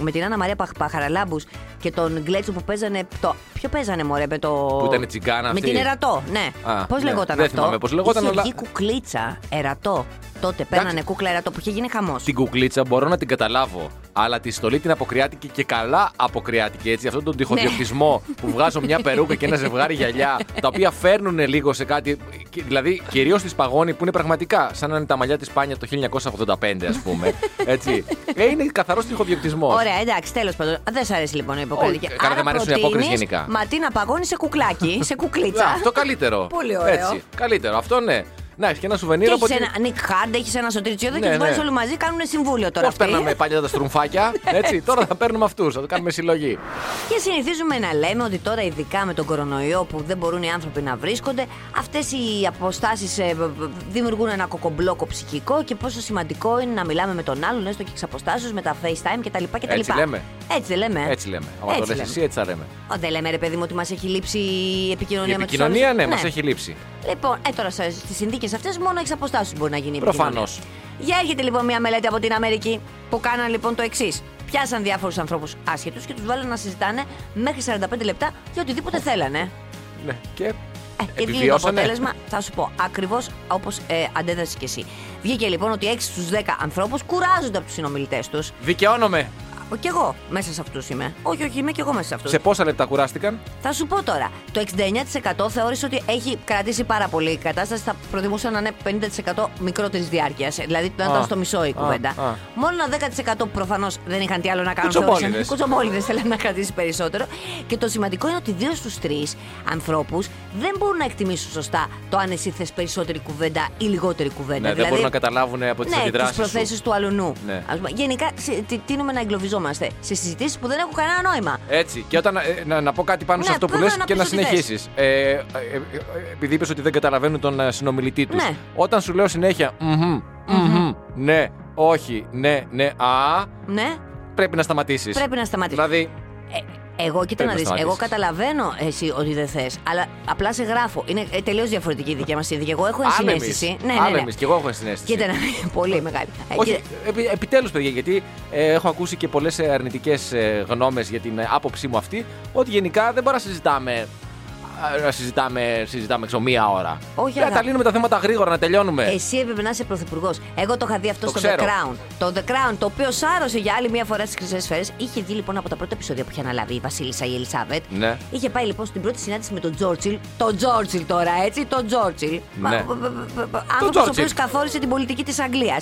D: με την Άννα Μαρία Παχ, Παχαραλάμπους και τον Γκλέτσο που παίζανε. Το, ποιο παίζανε, μωρέ, με το.
C: Που ήταν η τσιγκάνα
D: Με
C: αυτή.
D: την Ερατό, ναι.
C: Α,
D: Πώς
C: ναι.
D: λεγόταν
C: Δεν
D: αυτό.
C: θυμάμαι πώς λεγόταν,
D: Είχε
C: αλλά-
D: βγει κουκλίτσα Ερατό. Τότε παίρνανε κούκλα Ερατό που είχε γίνει χαμός.
C: Την κουκλίτσα μπορώ να την καταλάβω. Αλλά τη στολή την αποκριάτηκε και καλά αποκριάτηκε έτσι. Αυτόν τον τυχοδιοκτισμό
D: Ναι.
C: που βγάζω μια περούκα και ένα ζευγάρι γυαλιά, τα οποία φέρνουν λίγο σε κάτι. και- Δηλαδή, κυρίως τη παγώνη που είναι πραγματικά σαν να είναι τα μαλλιά της Πάνια το 1985, ας πούμε. Έτσι. Ε, είναι καθαρός τυχοδιοκτισμός.
D: Ωραία, εντάξει, τέλος πάντων. Δεν σ' αρέσει λοιπόν η υποκριτική.
C: Όχι, καλά, δεν μ' αρέσουν οι απόκριες γενικά.
D: Μα τι να παγώνει σε
C: [LAUGHS]
D: κουκλάκι, σε κουκλίτσα.
C: αυτό καλύτερο.
D: Πολύ ωραίο.
C: Έτσι. Καλύτερο. Αυτό ναι. Να έχεις και ένα σουβενίρ
D: Και
C: από
D: έχεις
C: την.
D: ένα Νικ Χάρντ, έχεις ένα σωτήριο τσιόδο και
C: Ναι,
D: του βάζει
C: ναι.
D: όλοι μαζί, κάνουν συμβούλιο τώρα.
C: Πώς
D: αυτοί.
C: παίρναμε παλιά τα στρουμφάκια, έτσι. Τώρα θα παίρνουμε αυτούς, θα το κάνουμε συλλογή.
D: Και συνηθίζουμε να λέμε ότι τώρα, ειδικά με τον κορονοϊό που δεν μπορούν οι άνθρωποι να βρίσκονται, αυτές οι αποστάσεις δημιουργούν ένα κοκομπλόκο ψυχικό και πόσο σημαντικό είναι να μιλάμε με τον άλλον, έστω και εξ αποστάσεως, με τα FaceTime κτλ. κτλ.
C: Έτσι λέμε.
D: Έτσι δεν λέμε.
C: Έτσι λέμε. Άμα το
D: Ναι. Έτσι
C: λες
D: λέμε.
C: εσύ, έτσι θα λέμε.
D: Ω, δεν λέμε, ρε παιδί μου, ότι μας έχει λείψει η επικοινωνία
C: Η
D: με τους
C: επικοινωνία,
D: άλλους.
C: ναι, μας έχει λείψει.
D: Λοιπόν, ε, τώρα στι συνθήκε αυτές μόνο εξ αποστάσεω μπορεί να γίνει η
C: Προφανώς.
D: επικοινωνία. Για έρχεται λοιπόν μια μελέτη από την Αμερική που κάναν λοιπόν το εξής. Πιάσαν διάφορους ανθρώπους άσχετους και τους βάλαν να συζητάνε μέχρι 45 λεπτά για οτιδήποτε θέλανε.
C: Ναι. Και
D: Ε, και βγήκε το
C: Επιβιώσανε.
D: αποτέλεσμα, θα σου πω, ακριβώς όπως ε, αντέδρασες κι εσύ. Βγήκε λοιπόν ότι 6 στου 10 ανθρώπους κουράζονται από τους συνομιλητές τους.
C: δικαιώνομαι.
D: Ο, κι εγώ μέσα σε αυτούς είμαι. Όχι, όχι, είμαι κι εγώ μέσα σε αυτούς.
C: Σε πόσα λεπτά κουράστηκαν. Ναι,
D: Θα σου πω τώρα. Το 69% θεώρησε ότι έχει κρατήσει πάρα πολύ η κατάσταση. Θα προτιμούσαν να είναι 50% μικρότερης διάρκειας. Δηλαδή να
C: Α,
D: ήταν στο μισό η
C: α,
D: κουβέντα.
C: α.
D: Μόνο 10% που προφανώς δεν είχαν τι άλλο να κάνουν.
C: Κουτσομπόλιδες.
D: θεώρησαν- Κουτσομπόλιδες θέλανε να κρατήσει περισσότερο. Και το σημαντικό είναι ότι δύο στους τρεις ανθρώπους δεν μπορούν να εκτιμήσουν σωστά το αν εσύ θες περισσότερη κουβέντα ή λιγότερη κουβέντα.
C: Ναι, δεν μπορούν να καταλάβουν από τις
D: δηλαδή- Ναι, τις
C: αντιδράσεις.
D: προθέσεις του αλουνού.
C: Ναι.
D: Ας πούμε, γενικά συ- τι- τίνουμε να εγκλωβιζόμαστε σε συζητήσεις που δεν έχουν κανένα νόημα.
C: Έτσι. Και όταν. ε, να, να πω κάτι πάνω σε
D: Ναι,
C: αυτό που
D: βέβαια,
C: λες
D: να
C: και
D: πεις
C: να
D: ό,τι θες.
C: συνεχίσεις. Ε, ε, ε, ε, επειδή είπες ότι δεν καταλαβαίνουν τον ε, συνομιλητή τους.
D: Ναι.
C: Όταν σου λέω συνέχεια. «Μμμ, μμμ, Ναι, όχι, ναι, ναι, α.
D: Ναι,
C: Πρέπει να σταματήσεις.
D: πρέπει να σταματήσεις.
C: Δηλαδή.
D: Ε, εγώ, κοίτα
C: Πρέπει
D: να
C: να
D: δεις, Εγώ
C: σταματήσεις.
D: καταλαβαίνω εσύ ότι δεν θες, αλλά απλά σε γράφω. Είναι ε, τελείως διαφορετική η δικιά μας συνθήκη. Εγώ έχω
C: Άλλα
D: ενσυναίσθηση.
C: εμείς.
D: Ναι, ναι, ναι.
C: Και εγώ έχω συνέστηση.
D: Κοίτα να πολύ μεγάλη. Ε,
C: Όχι,
D: κοίτα-
C: επι, επιτέλους παιδιά, γιατί ε, έχω ακούσει και πολλές ε, αρνητικές ε, γνώμες για την ε, άποψή μου αυτή, ότι γενικά δεν μπορούμε να συζητάμε α, να συζητάμε, συζητάμε ξέρω, μία ώρα.
D: Όχι,
C: Πρέπει να τα
D: αγάπη.
C: λύνουμε τα θέματα γρήγορα, να τελειώνουμε.
D: Εσύ έπρεπε να είσαι πρωθυπουργός. Εγώ το είχα δει αυτό
C: Το
D: στο
C: ξέρω.
D: The Crown. Το The Crown, το οποίο σάρωσε για άλλη μια φορά στις Χρυσές Σφαίρες. Είχε δει λοιπόν από τα πρώτα επεισόδια που είχε αναλάβει η Βασίλισσα η Ελισάβετ.
C: Ναι.
D: Είχε πάει λοιπόν στην πρώτη συνάντηση με τον Τζόρτσιλ. Τον Τζόρτσιλ τώρα, έτσι. Τον Τζόρτσιλ.
C: Ναι.
D: Άνθρωπος ο
C: Τζόρτσιλ.
D: οποίος καθόρισε την πολιτική της Αγγλίας.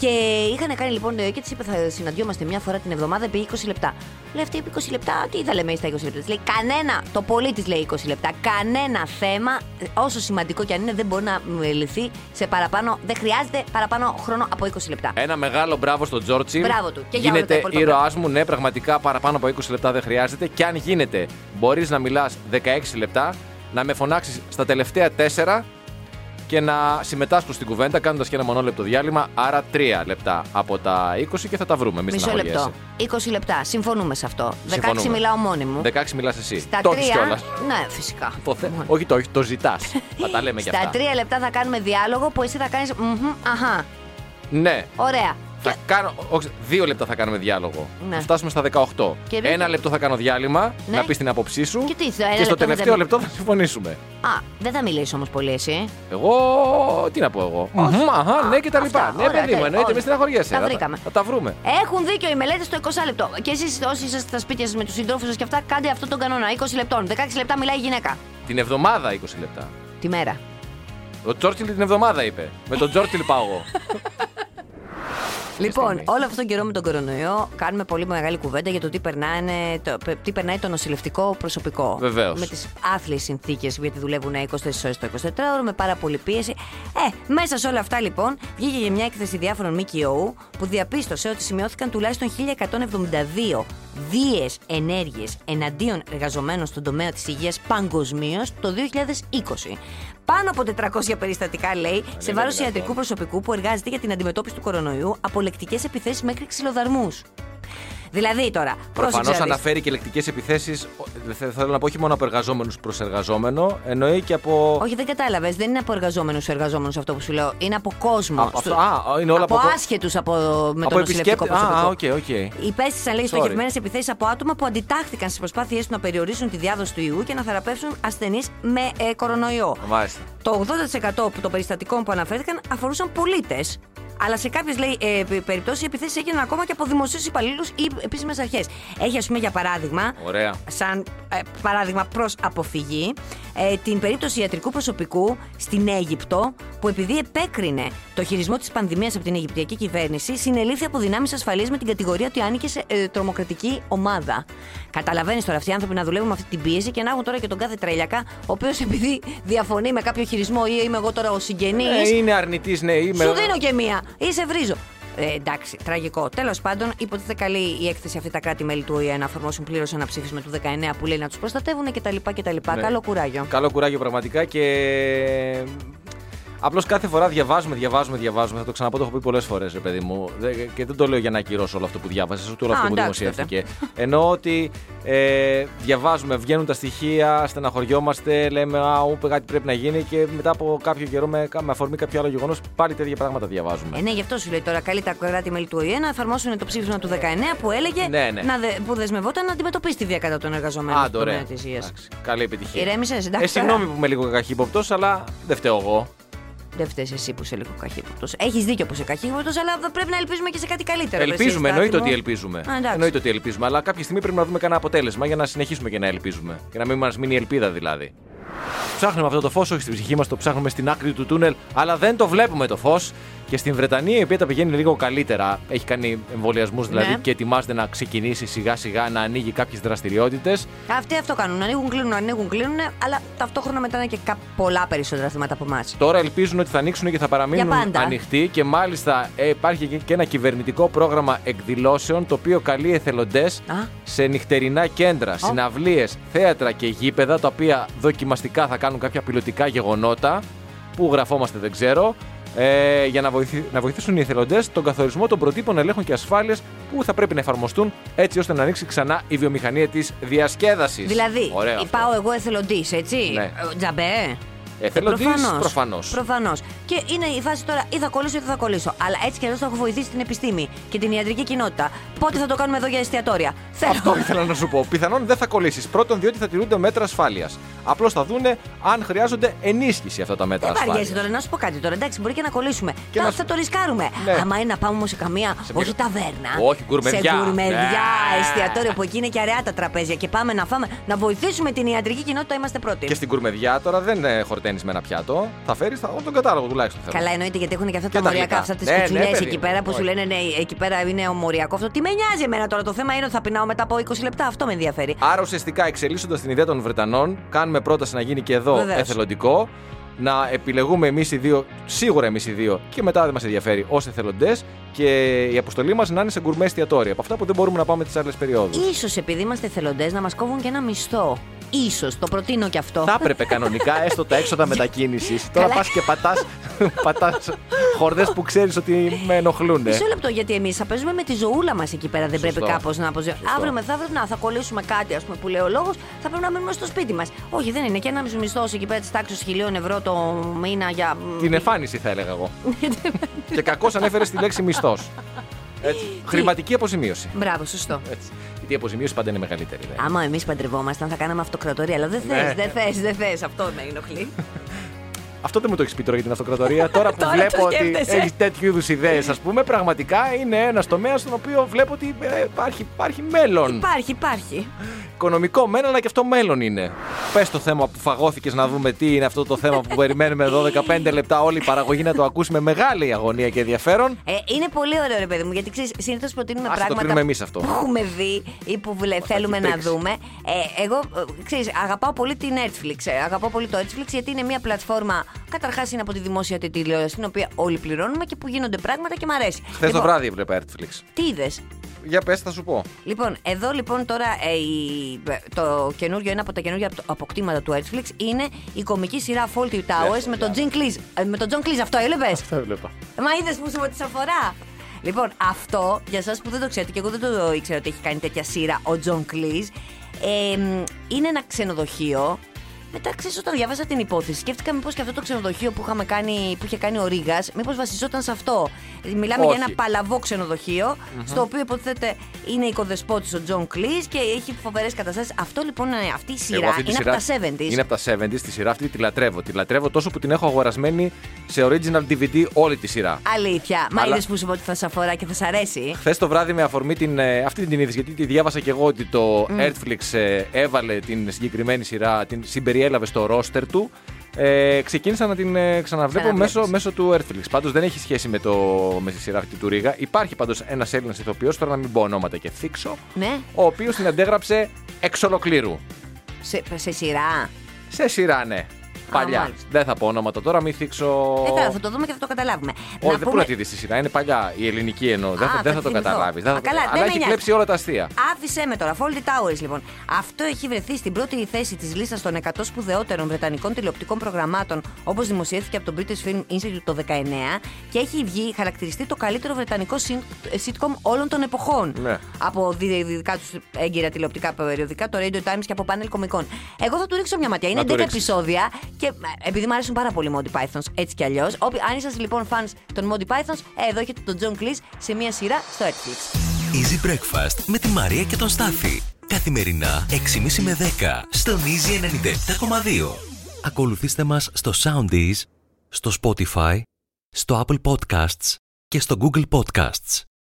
D: Και είχαν κάνει λοιπόν ε, και της είπε: Θα συναντιόμαστε μια φορά την εβδομάδα επί 20 λεπτά. Λέει αυτή επί 20 λεπτά, τι θα λέμε στα 20 λεπτά. Της Λέει κανένα, το πολύ της λέει 20 λεπτά. Κανένα θέμα, ε, όσο σημαντικό και αν είναι, δεν μπορεί να ε, λυθεί σε παραπάνω, δεν χρειάζεται παραπάνω χρόνο από 20 λεπτά.
C: Ένα μεγάλο μπράβο στον Τζόρτσι.
D: Μπράβο του. Και για όλα
C: γίνεται
D: τα υπόλοιπα
C: ήρωάς μου, ναι, πραγματικά παραπάνω από 20 λεπτά δεν χρειάζεται. Και αν γίνεται, μπορείς να μιλάς 16 λεπτά, να με φωνάξεις στα τελευταία 4 και να συμμετάσχω στην κουβέντα κάνοντας και ένα μονόλεπτο διάλειμμα. Άρα 3 λεπτά από τα 20 και θα τα βρούμε. Μην
D: Μισό λεπτό. 20 λεπτά. Συμφωνούμε σε αυτό. 16
C: Συμφωνούμε.
D: μιλάω μόνη μου.
C: 16 μιλάς εσύ.
D: Στα
C: το έχεις
D: τρία.
C: κιόλας.
D: Ναι, φυσικά.
C: Το θε-
D: Μόνη.
C: Όχι, το, όχι, το
D: [LAUGHS]
C: ζητάς. θα τα λέμε κι
D: Στα
C: αυτά.
D: τρία λεπτά θα κάνουμε διάλογο που εσύ θα κάνεις. Αχά.
C: Ναι.
D: Ωραία.
C: Θα κάνω, όχι, δύο λεπτά θα κάνουμε διάλογο.
D: Ναι.
C: Θα φτάσουμε στα 18.
D: Και δείτε.
C: ένα λεπτό θα κάνω διάλειμμα,
D: Ναι.
C: να πεις την άποψή σου.
D: Και τι, ένα
C: στο
D: λεπτό
C: τελευταίο
D: μετά-
C: λεπτό θα συμφωνήσουμε.
D: Α, δεν θα μιλήσεις όμως πολύ εσύ.
C: Εγώ. Τι να πω εγώ. Μμμ, Αχα, ναι και τα λοιπά.
D: αυτά,
C: ναι,
D: ωραία,
C: παιδί μου,
D: τέλεια.
C: εννοείται. Μην
D: Ωραία.
C: στεναχωριέσαι.
D: Τα
C: Θα
D: βρήκαμε.
C: Θα τα βρούμε.
D: Έχουν δίκιο οι μελέτες στο 20 λεπτό. Και εσείς όσοι είσαστε στα σπίτια σας με τους συντρόφους σας και αυτά, κάντε αυτό τον κανόνα. 20 λεπτών. 16 λεπτά μιλάει η γυναίκα.
C: Την εβδομάδα 20 λεπτά.
D: Τη μέρα.
C: Ο Τσόρτιλ την εβδομάδα είπε. Με τον Τσόρτιλ πάω
D: [LAUGHS]
C: εγώ.
D: Λοιπόν,
C: στιγμή.
D: όλο αυτόν τον καιρό με τον κορονοϊό κάνουμε πολύ μεγάλη κουβέντα για το τι, περνάνε, το, τι περνάει το νοσηλευτικό προσωπικό.
C: Βεβαίως.
D: Με τις άθλιες συνθήκες, γιατί δουλεύουν 24 ώρε το 24ωρο, με πάρα πολύ πίεση. Ε, μέσα σε όλα αυτά λοιπόν βγήκε για μια έκθεση διάφορων ΜΚΟ που διαπίστωσε ότι σημειώθηκαν τουλάχιστον 1172 βίε ενέργειες εναντίον εργαζομένων στον τομέα της υγείας παγκοσμίως το 2020. Πάνω από 400 περιστατικά, λέει, σε
C: είναι
D: βάρος
C: δυνατόν.
D: ιατρικού προσωπικού που εργάζεται για την αντιμετώπιση του κορονοϊού από λεκτικές επιθέσεις μέχρι ξυλοδαρμούς. Δηλαδή τώρα, πρόσεξε
C: Προφανώ
D: να δεις.
C: αναφέρει και λεκτικές επιθέσεις. Θέλω να πω όχι μόνο από εργαζόμενους προς εργαζόμενο, εννοεί και από.
D: Όχι, δεν κατάλαβες. Δεν είναι από εργαζόμενους σε εργαζόμενους αυτό που σου λέω. Είναι από κόσμο.
C: Από αυτό- α, είναι όλα από
D: από
C: κο-
D: άσχετους από, με
C: από
D: το νοσηλευτικό
C: επισκέπτες.
D: προσωπικό.
C: Α, οκ, οκ.
D: Υπέστησαν, λέει,
C: Sorry.
D: στοχευμένες επιθέσεις από άτομα που αντιτάχθηκαν στις προσπάθειές τους να περιορίσουν τη διάδοση του ιού και να θεραπεύσουν ασθενείς με ε, κορονοϊό.
C: Μάλιστα.
D: Το 80% των περιστατικών που αναφέρθηκαν αφορούσαν πολίτες. Αλλά σε κάποιες ε, πε- περιπτώσεις οι επιθέσεις έγιναν ακόμα και από δημοσίους υπαλλήλους ή επίσημες αρχές. Έχει, ας πούμε, για παράδειγμα,
C: Ωραία.
D: σαν ε, παράδειγμα προς αποφυγή, ε, την περίπτωση ιατρικού προσωπικού στην Αίγυπτο που επειδή επέκρινε το χειρισμό της πανδημίας από την Αιγυπτιακή κυβέρνηση συνελήφθη από δυνάμεις ασφαλείας με την κατηγορία ότι άνοιγε σε ε, τρομοκρατική ομάδα. Καταλαβαίνεις τώρα αυτοί οι άνθρωποι να δουλεύουν με αυτή την πίεση και να έχουν τώρα και τον κάθε τρελιακά ο οποίος επειδή διαφωνεί με κάποιο χειρισμό ή είμαι εγώ τώρα ο συγγενής
C: Ε, είναι αρνητής, ναι. Είμαι...
D: σου δίνω και μία. Ή σε βρίζω. Ε, εντάξει, τραγικό. Τέλος πάντων, υποτίθεται καλή η έκθεση αυτή τα κράτη-μέλη του ΟΗΕ να εφαρμόσουν πλήρως ένα ψήφισμα του 19 που λέει να τους προστατεύουν κτλ. κτλ.
C: Ναι.
D: Καλό κουράγιο.
C: Καλό κουράγιο πραγματικά και. Απλώς κάθε φορά διαβάζουμε, διαβάζουμε, διαβάζουμε. Θα το ξαναπώ, το έχω πει πολλές φορές, ρε παιδί μου. Δε- Και δεν το λέω για να ακυρώσω όλο αυτό που διάβασες, ούτε όλο
D: Α,
C: αυτό που
D: εντάξει,
C: δημοσιεύτηκε. [LAUGHS] Εννοώ ότι ε, διαβάζουμε, βγαίνουν τα στοιχεία, στεναχωριόμαστε, λέμε Α, ούπε, κάτι πρέπει να γίνει και μετά από κάποιο καιρό, με, με αφορμή κάποιο άλλο γεγονός, πάλι τέτοια πράγματα διαβάζουμε.
D: Ε, ναι, γι' αυτό σου λέει τώρα καλή τα κράτη-μέλη του ΟΗΕ να εφαρμόσουν το ψήφισμα του 19 που έλεγε
C: Ναι, ναι.
D: Να δε, που δεσμευόταν να αντιμετωπίσει τη βία κατά των εργαζομένων
C: Άντε, ωραία.
D: της υγείας.
C: Εντάξει, Καλή επιτυχία.
D: Ηρέμησες, εντάξει,
C: Ε, συγγνώμη
D: τώρα.
C: που είμαι λίγο καχύποπτος, αλλά δεν φταίω εγώ.
D: Δεν φταίεις εσύ που είσαι λίγο καχύποπτο. Έχεις δίκιο που είσαι καχύποπτο, αλλά πρέπει να ελπίζουμε και σε κάτι καλύτερο. ρε, εσύ,
C: Ελπίζουμε,
D: Στάθη
C: εννοείται
D: μου.
C: ότι ελπίζουμε.
D: Α, εντάξει.
C: εννοείται ότι ελπίζουμε, αλλά κάποια στιγμή πρέπει να δούμε κανένα αποτέλεσμα για να συνεχίσουμε και να ελπίζουμε. Για να μην μας μείνει η ελπίδα δηλαδή. Ψάχνουμε αυτό το φως, όχι στην ψυχή μας, το ψάχνουμε στην άκρη του τούνελ, αλλά δεν το βλέπουμε το φως. Και στην Βρετανία, η οποία τα πηγαίνει λίγο καλύτερα, έχει κάνει εμβολιασμούς δηλαδή
D: Ναι.
C: και ετοιμάζεται να ξεκινήσει σιγά σιγά να ανοίγει κάποιες δραστηριότητες.
D: Αυτοί αυτό κάνουν. Ανοίγουν, κλείνουν, ανοίγουν, κλείνουν, αλλά ταυτόχρονα μετά είναι και κα- πολλά περισσότερα θέματα από εμάς.
C: Τώρα ελπίζουν ότι θα ανοίξουν και θα παραμείνουν
D: Για πάντα.
C: ανοιχτοί και μάλιστα ε, υπάρχει και- και ένα κυβερνητικό πρόγραμμα εκδηλώσεων το οποίο καλεί εθελοντές
D: Α.
C: σε νυχτερινά κέντρα, συναυλίες, θέατρα και γήπεδα τα οποία δοκιμαστικά θα κάνουν κάποια πιλωτικά γεγονότα που γραφόμαστε δεν ξέρω ε, για να, βοηθη- να βοηθήσουν οι εθελοντές τον καθορισμό των προτύπων ελέγχων και ασφάλειας που θα πρέπει να εφαρμοστούν έτσι ώστε να ανοίξει ξανά η βιομηχανία της διασκέδασης.
D: Δηλαδή,
C: Ωραίο. αυτό.
D: πάω εγώ εθελοντής, έτσι.
C: Ναι.
D: Ε, Τζαμπέ.
C: Εθελοντής, προφανώς.
D: Προφανώς. Και είναι η φάση τώρα ή θα κολλήσω ή δεν θα κολλήσω. Αλλά έτσι κι αλλιώς θα έχω βοηθήσει την επιστήμη και την ιατρική κοινότητα. Πότε θα το κάνουμε εδώ για εστιατόρια. Θέλω.
C: Αυτό ήθελα να σου πω. Πιθανόν δεν θα κολλήσεις. Πρώτον, διότι θα τηρούνται μέτρα ασφάλειας. Απλώς θα δούνε αν χρειάζονται ενίσχυση αυτά τα μέτρα
D: [LAUGHS] Δεν βαριέσαι
C: ασφάλειας.
D: τώρα, να σου πω κάτι τώρα. Εντάξει, μπορεί και να κολλήσουμε.
C: Και
D: Τα-
C: να σου-
D: Θα το ρισκάρουμε.
C: Ναι.
D: Άμα είναι να πάμε όμως σε καμία,
C: μια-
D: όχι ταβέρνα.
C: Όχι, γκουρμεδιά.
D: Σε γκουρμεδιά,
C: Ναι.
D: εστιατόριο που εκεί είναι και αραιά τα τραπέζια και πάμε να φάμε. Να βοηθήσουμε την ιατρική κοινότητα, είμαστε πρώτοι.
C: Και στην κουρμεδιά τώρα δεν ε, χορταίνεις με ένα πιάτο. Θα φέρεις θα... όλο τον κατάλογο τουλάχιστον. Θέλω.
D: Καλά, εννοείται γιατί έχουν και αυτά
C: Και
D: τα
C: τα
D: μοριακά,
C: γλυκά.
D: αυτά τις
C: Ναι, ναι,
D: κουτσουλιές
C: παιδί
D: εκεί
C: μου.
D: πέρα που σου
C: Όχι.
D: λένε ναι, εκεί πέρα είναι ομοριακό αυτό. Τι με νοιάζει εμένα τώρα, το θέμα είναι ότι θα πεινάω μετά από 20 λεπτά, αυτό με ενδιαφέρει.
C: Άρα ουσιαστικά εξελίσσοντας την ιδέα των Βρετανών, κάνουμε πρόταση να γίνει και εδώ
D: Βεβαίως.
C: εθελοντικό. Να επιλεγούμε εμείς οι δύο, σίγουρα εμείς οι δύο, και μετά δεν μας ενδιαφέρει, ως εθελοντές και η αποστολή μας να είναι σε γκουρμές εστιατόρια. Από αυτά που δεν μπορούμε να πάμε τις άλλες περιόδους.
D: Ίσως επειδή είμαστε θελοντέ να μας κόβουν και ένα μισθό. Ίσως, το προτείνω κι αυτό.
C: Θα έπρεπε κανονικά έστω τα έξοδα μετακίνησης. Τώρα
D: Καλά.
C: πας και πατάς πατάς χορδές που ξέρεις ότι με ενοχλούν.
D: Μισό λεπτό γιατί εμείς θα παίζουμε με τη ζωούλα μας εκεί πέρα. Δεν
C: Σωστό.
D: πρέπει κάπως να αποζημιώσουμε.
C: Σωστό.
D: Αύριο μεθαύριο να θα κολλήσουμε κάτι, ας πούμε, που λέει ο λόγος, θα πρέπει να μείνουμε στο σπίτι μας. Όχι, δεν είναι. Και ένας μισθός εκεί πέρα της τάξης χιλίων ευρώ το μήνα για.
C: Την εμφάνιση θα έλεγα εγώ.
D: Ναι,
C: και κακώς ανέφερες τη λέξη μισθός. Χρηματική αποζημίωση.
D: Μπράβο, σωστό.
C: Έτσι. Γιατί η αποζημίωση πάντα είναι μεγαλύτερη. λέει.
D: Άμα εμείς παντρευόμασταν, θα κάναμε αυτοκρατορία. Αλλά δεν θε,
C: Ναι. Λοιπόν.
D: δεν θες, δεν θες. Αυτό με ενοχλεί.
C: Αυτό δεν μου το έχεις πει τώρα για την
D: [LAUGHS]
C: αυτοκρατορία. τώρα που
D: Τώρα το
C: βλέπω ότι
D: σκέφτεσαι.
C: έχεις τέτοιου είδους ιδέες, ας πούμε, πραγματικά είναι ένας τομέας στον οποίο βλέπω ότι ε, υπάρχει, υπάρχει μέλλον.
D: υπάρχει, υπάρχει.
C: Οικονομικό μεν, αλλά και αυτό μέλλον είναι. Πες το θέμα που φαγώθηκες να δούμε τι είναι αυτό το θέμα που περιμένουμε εδώ 15 λεπτά. Όλη η παραγωγή να το ακούσει με μεγάλη αγωνία και ενδιαφέρον.
D: Ε, είναι πολύ ωραίο, ρε παιδί μου, γιατί ξέρεις, συνήθως προτείνουμε
C: Ας το
D: πράγματα
C: κρίνουμε εμείς αυτό.
D: που έχουμε δει ή που βλε- θέλουμε να
C: τρέξει.
D: δούμε. Ε, εγώ, ε, ξέρεις, αγαπάω πολύ την Netflix. ε, αγαπάω πολύ το Netflix γιατί είναι μια πλατφόρμα. Καταρχάς είναι από τη δημόσια τη τηλεόραση, την οποία όλοι πληρώνουμε και που γίνονται πράγματα και μ' αρέσει.
C: Χθες το
D: Λοιπόν,
C: βράδυ έβλεπα Netflix.
D: Τι είδες.
C: Για πες, θα σου πω.
D: Λοιπόν, εδώ λοιπόν τώρα ε, η- το καινούριο, ένα από τα καινούργια απο- αποκτήματα του Netflix είναι η κομική σειρά Faulty Towers με τον, Jim Cleese. Ε, με τον John Cleese. Αυτό έλεπες.
C: Θα έβλεπα.
D: Μα είδες που σου τη αφορά. Λοιπόν, αυτό για εσάς που δεν το ξέρετε και εγώ δεν το ήξερα ότι έχει κάνει τέτοια σειρά ο Τζον Κλίζ. Ε, μ, είναι ένα ξενοδοχείο. Μετά ξέρεις όταν διάβασα την υπόθεση, σκέφτηκα μήπως και αυτό το ξενοδοχείο που, είχαμε κάνει, που είχε κάνει ο Ρίγα, μήπως βασιζόταν σε αυτό. Ε, Μιλάμε
C: Όχι.
D: για ένα παλαβό ξενοδοχείο, στο οποίο υποθέτεται είναι οικοδεσπότης ο Τζον Κλίζ και έχει φοβερές καταστάσεις. Αυτό λοιπόν, ε, αυτή η σειρά είναι από τα 70s.
C: Είναι από τα 70s. Τη σειρά αυτή τη λατρεύω. Τη λατρεύω τόσο που την έχω αγορασμένη σε original DVD όλη τη σειρά.
D: Αλήθεια. Μα
C: Αλλά-
D: είδε που σου είπα ότι θα σε αφορά και θα σε αρέσει.
C: Χθες το βράδυ με αφορμή την, ε, αυτή την είδηση, γιατί τη διάβασα και εγώ ότι το Netflix ε, έβαλε την συγκεκριμένη σειρά, την συμπεριέλαβε στο ρόστερ του. Ε, ξεκίνησα να την ε, ξαναβλέπω
D: Ξαναβλέπεις.
C: μέσω, μέσω του Netflix. Πάντως δεν έχει σχέση με, το, με τη σειρά αυτή του Ρίγα. Υπάρχει πάντως ένας Έλληνας ηθοποιός, τώρα να μην πω ονόματα και θίξω,
D: Ναι,
C: ο οποίος την αντέγραψε εξ ολοκλήρου.
D: σε, σε σειρά.
C: Σε σειρά, ναι. Παλιά.
D: μάλιστα.
C: δεν θα πω ονόματα τώρα, μην θίξω.
D: Ε, καλά, θα το δούμε και θα το καταλάβουμε.
C: Όχι, δεν πού να τη δεις τη σειρά. Είναι παλιά η ελληνική εννοώ. δεν
D: Α,
C: θα,
D: θα
C: δεν
D: τη
C: θα το
D: θυμηθώ.
C: καταλάβεις. Δεν
D: Α,
C: θα το
D: καλά,
C: καταλάβεις.
D: δεν
C: Αλλά
D: με
C: έχει
D: νοιάζει.
C: κλέψει όλα τα αστεία.
D: Άφησε με τώρα. Faulty Towers, λοιπόν. Αυτό έχει βρεθεί στην πρώτη θέση της λίστας των 100 σπουδαιότερων βρετανικών τηλεοπτικών προγραμμάτων, όπως δημοσιεύθηκε από το British Film Institute το 19 και έχει βγει χαρακτηριστεί το καλύτερο βρετανικό syn- sitcom όλων των εποχών.
C: Ναι.
D: Από δι- δικά τους έγκυρα τηλεοπτικά περιοδικά, το Radio Times και από πάνελ κομικών. Εγώ θα του ρίξω μια ματιά. Είναι
C: Να του
D: 11
C: ρίξεις.
D: επεισόδια και ε, επειδή μου αρέσουν πάρα πολύ οι Monty Pythons, έτσι κι αλλιώς. Αν είσαστε λοιπόν fans των Monty Pythons, ε, εδώ έχετε τον John Cleese σε μια σειρά στο Netflix.
B: Easy Breakfast με τη Μαρία και τον Στάφη. Καθημερινά 6.30 με 10 στον Easy 97.2. Ακολουθήστε μας στο Soundees, στο Spotify, στο Apple Podcasts και στο Google Podcasts.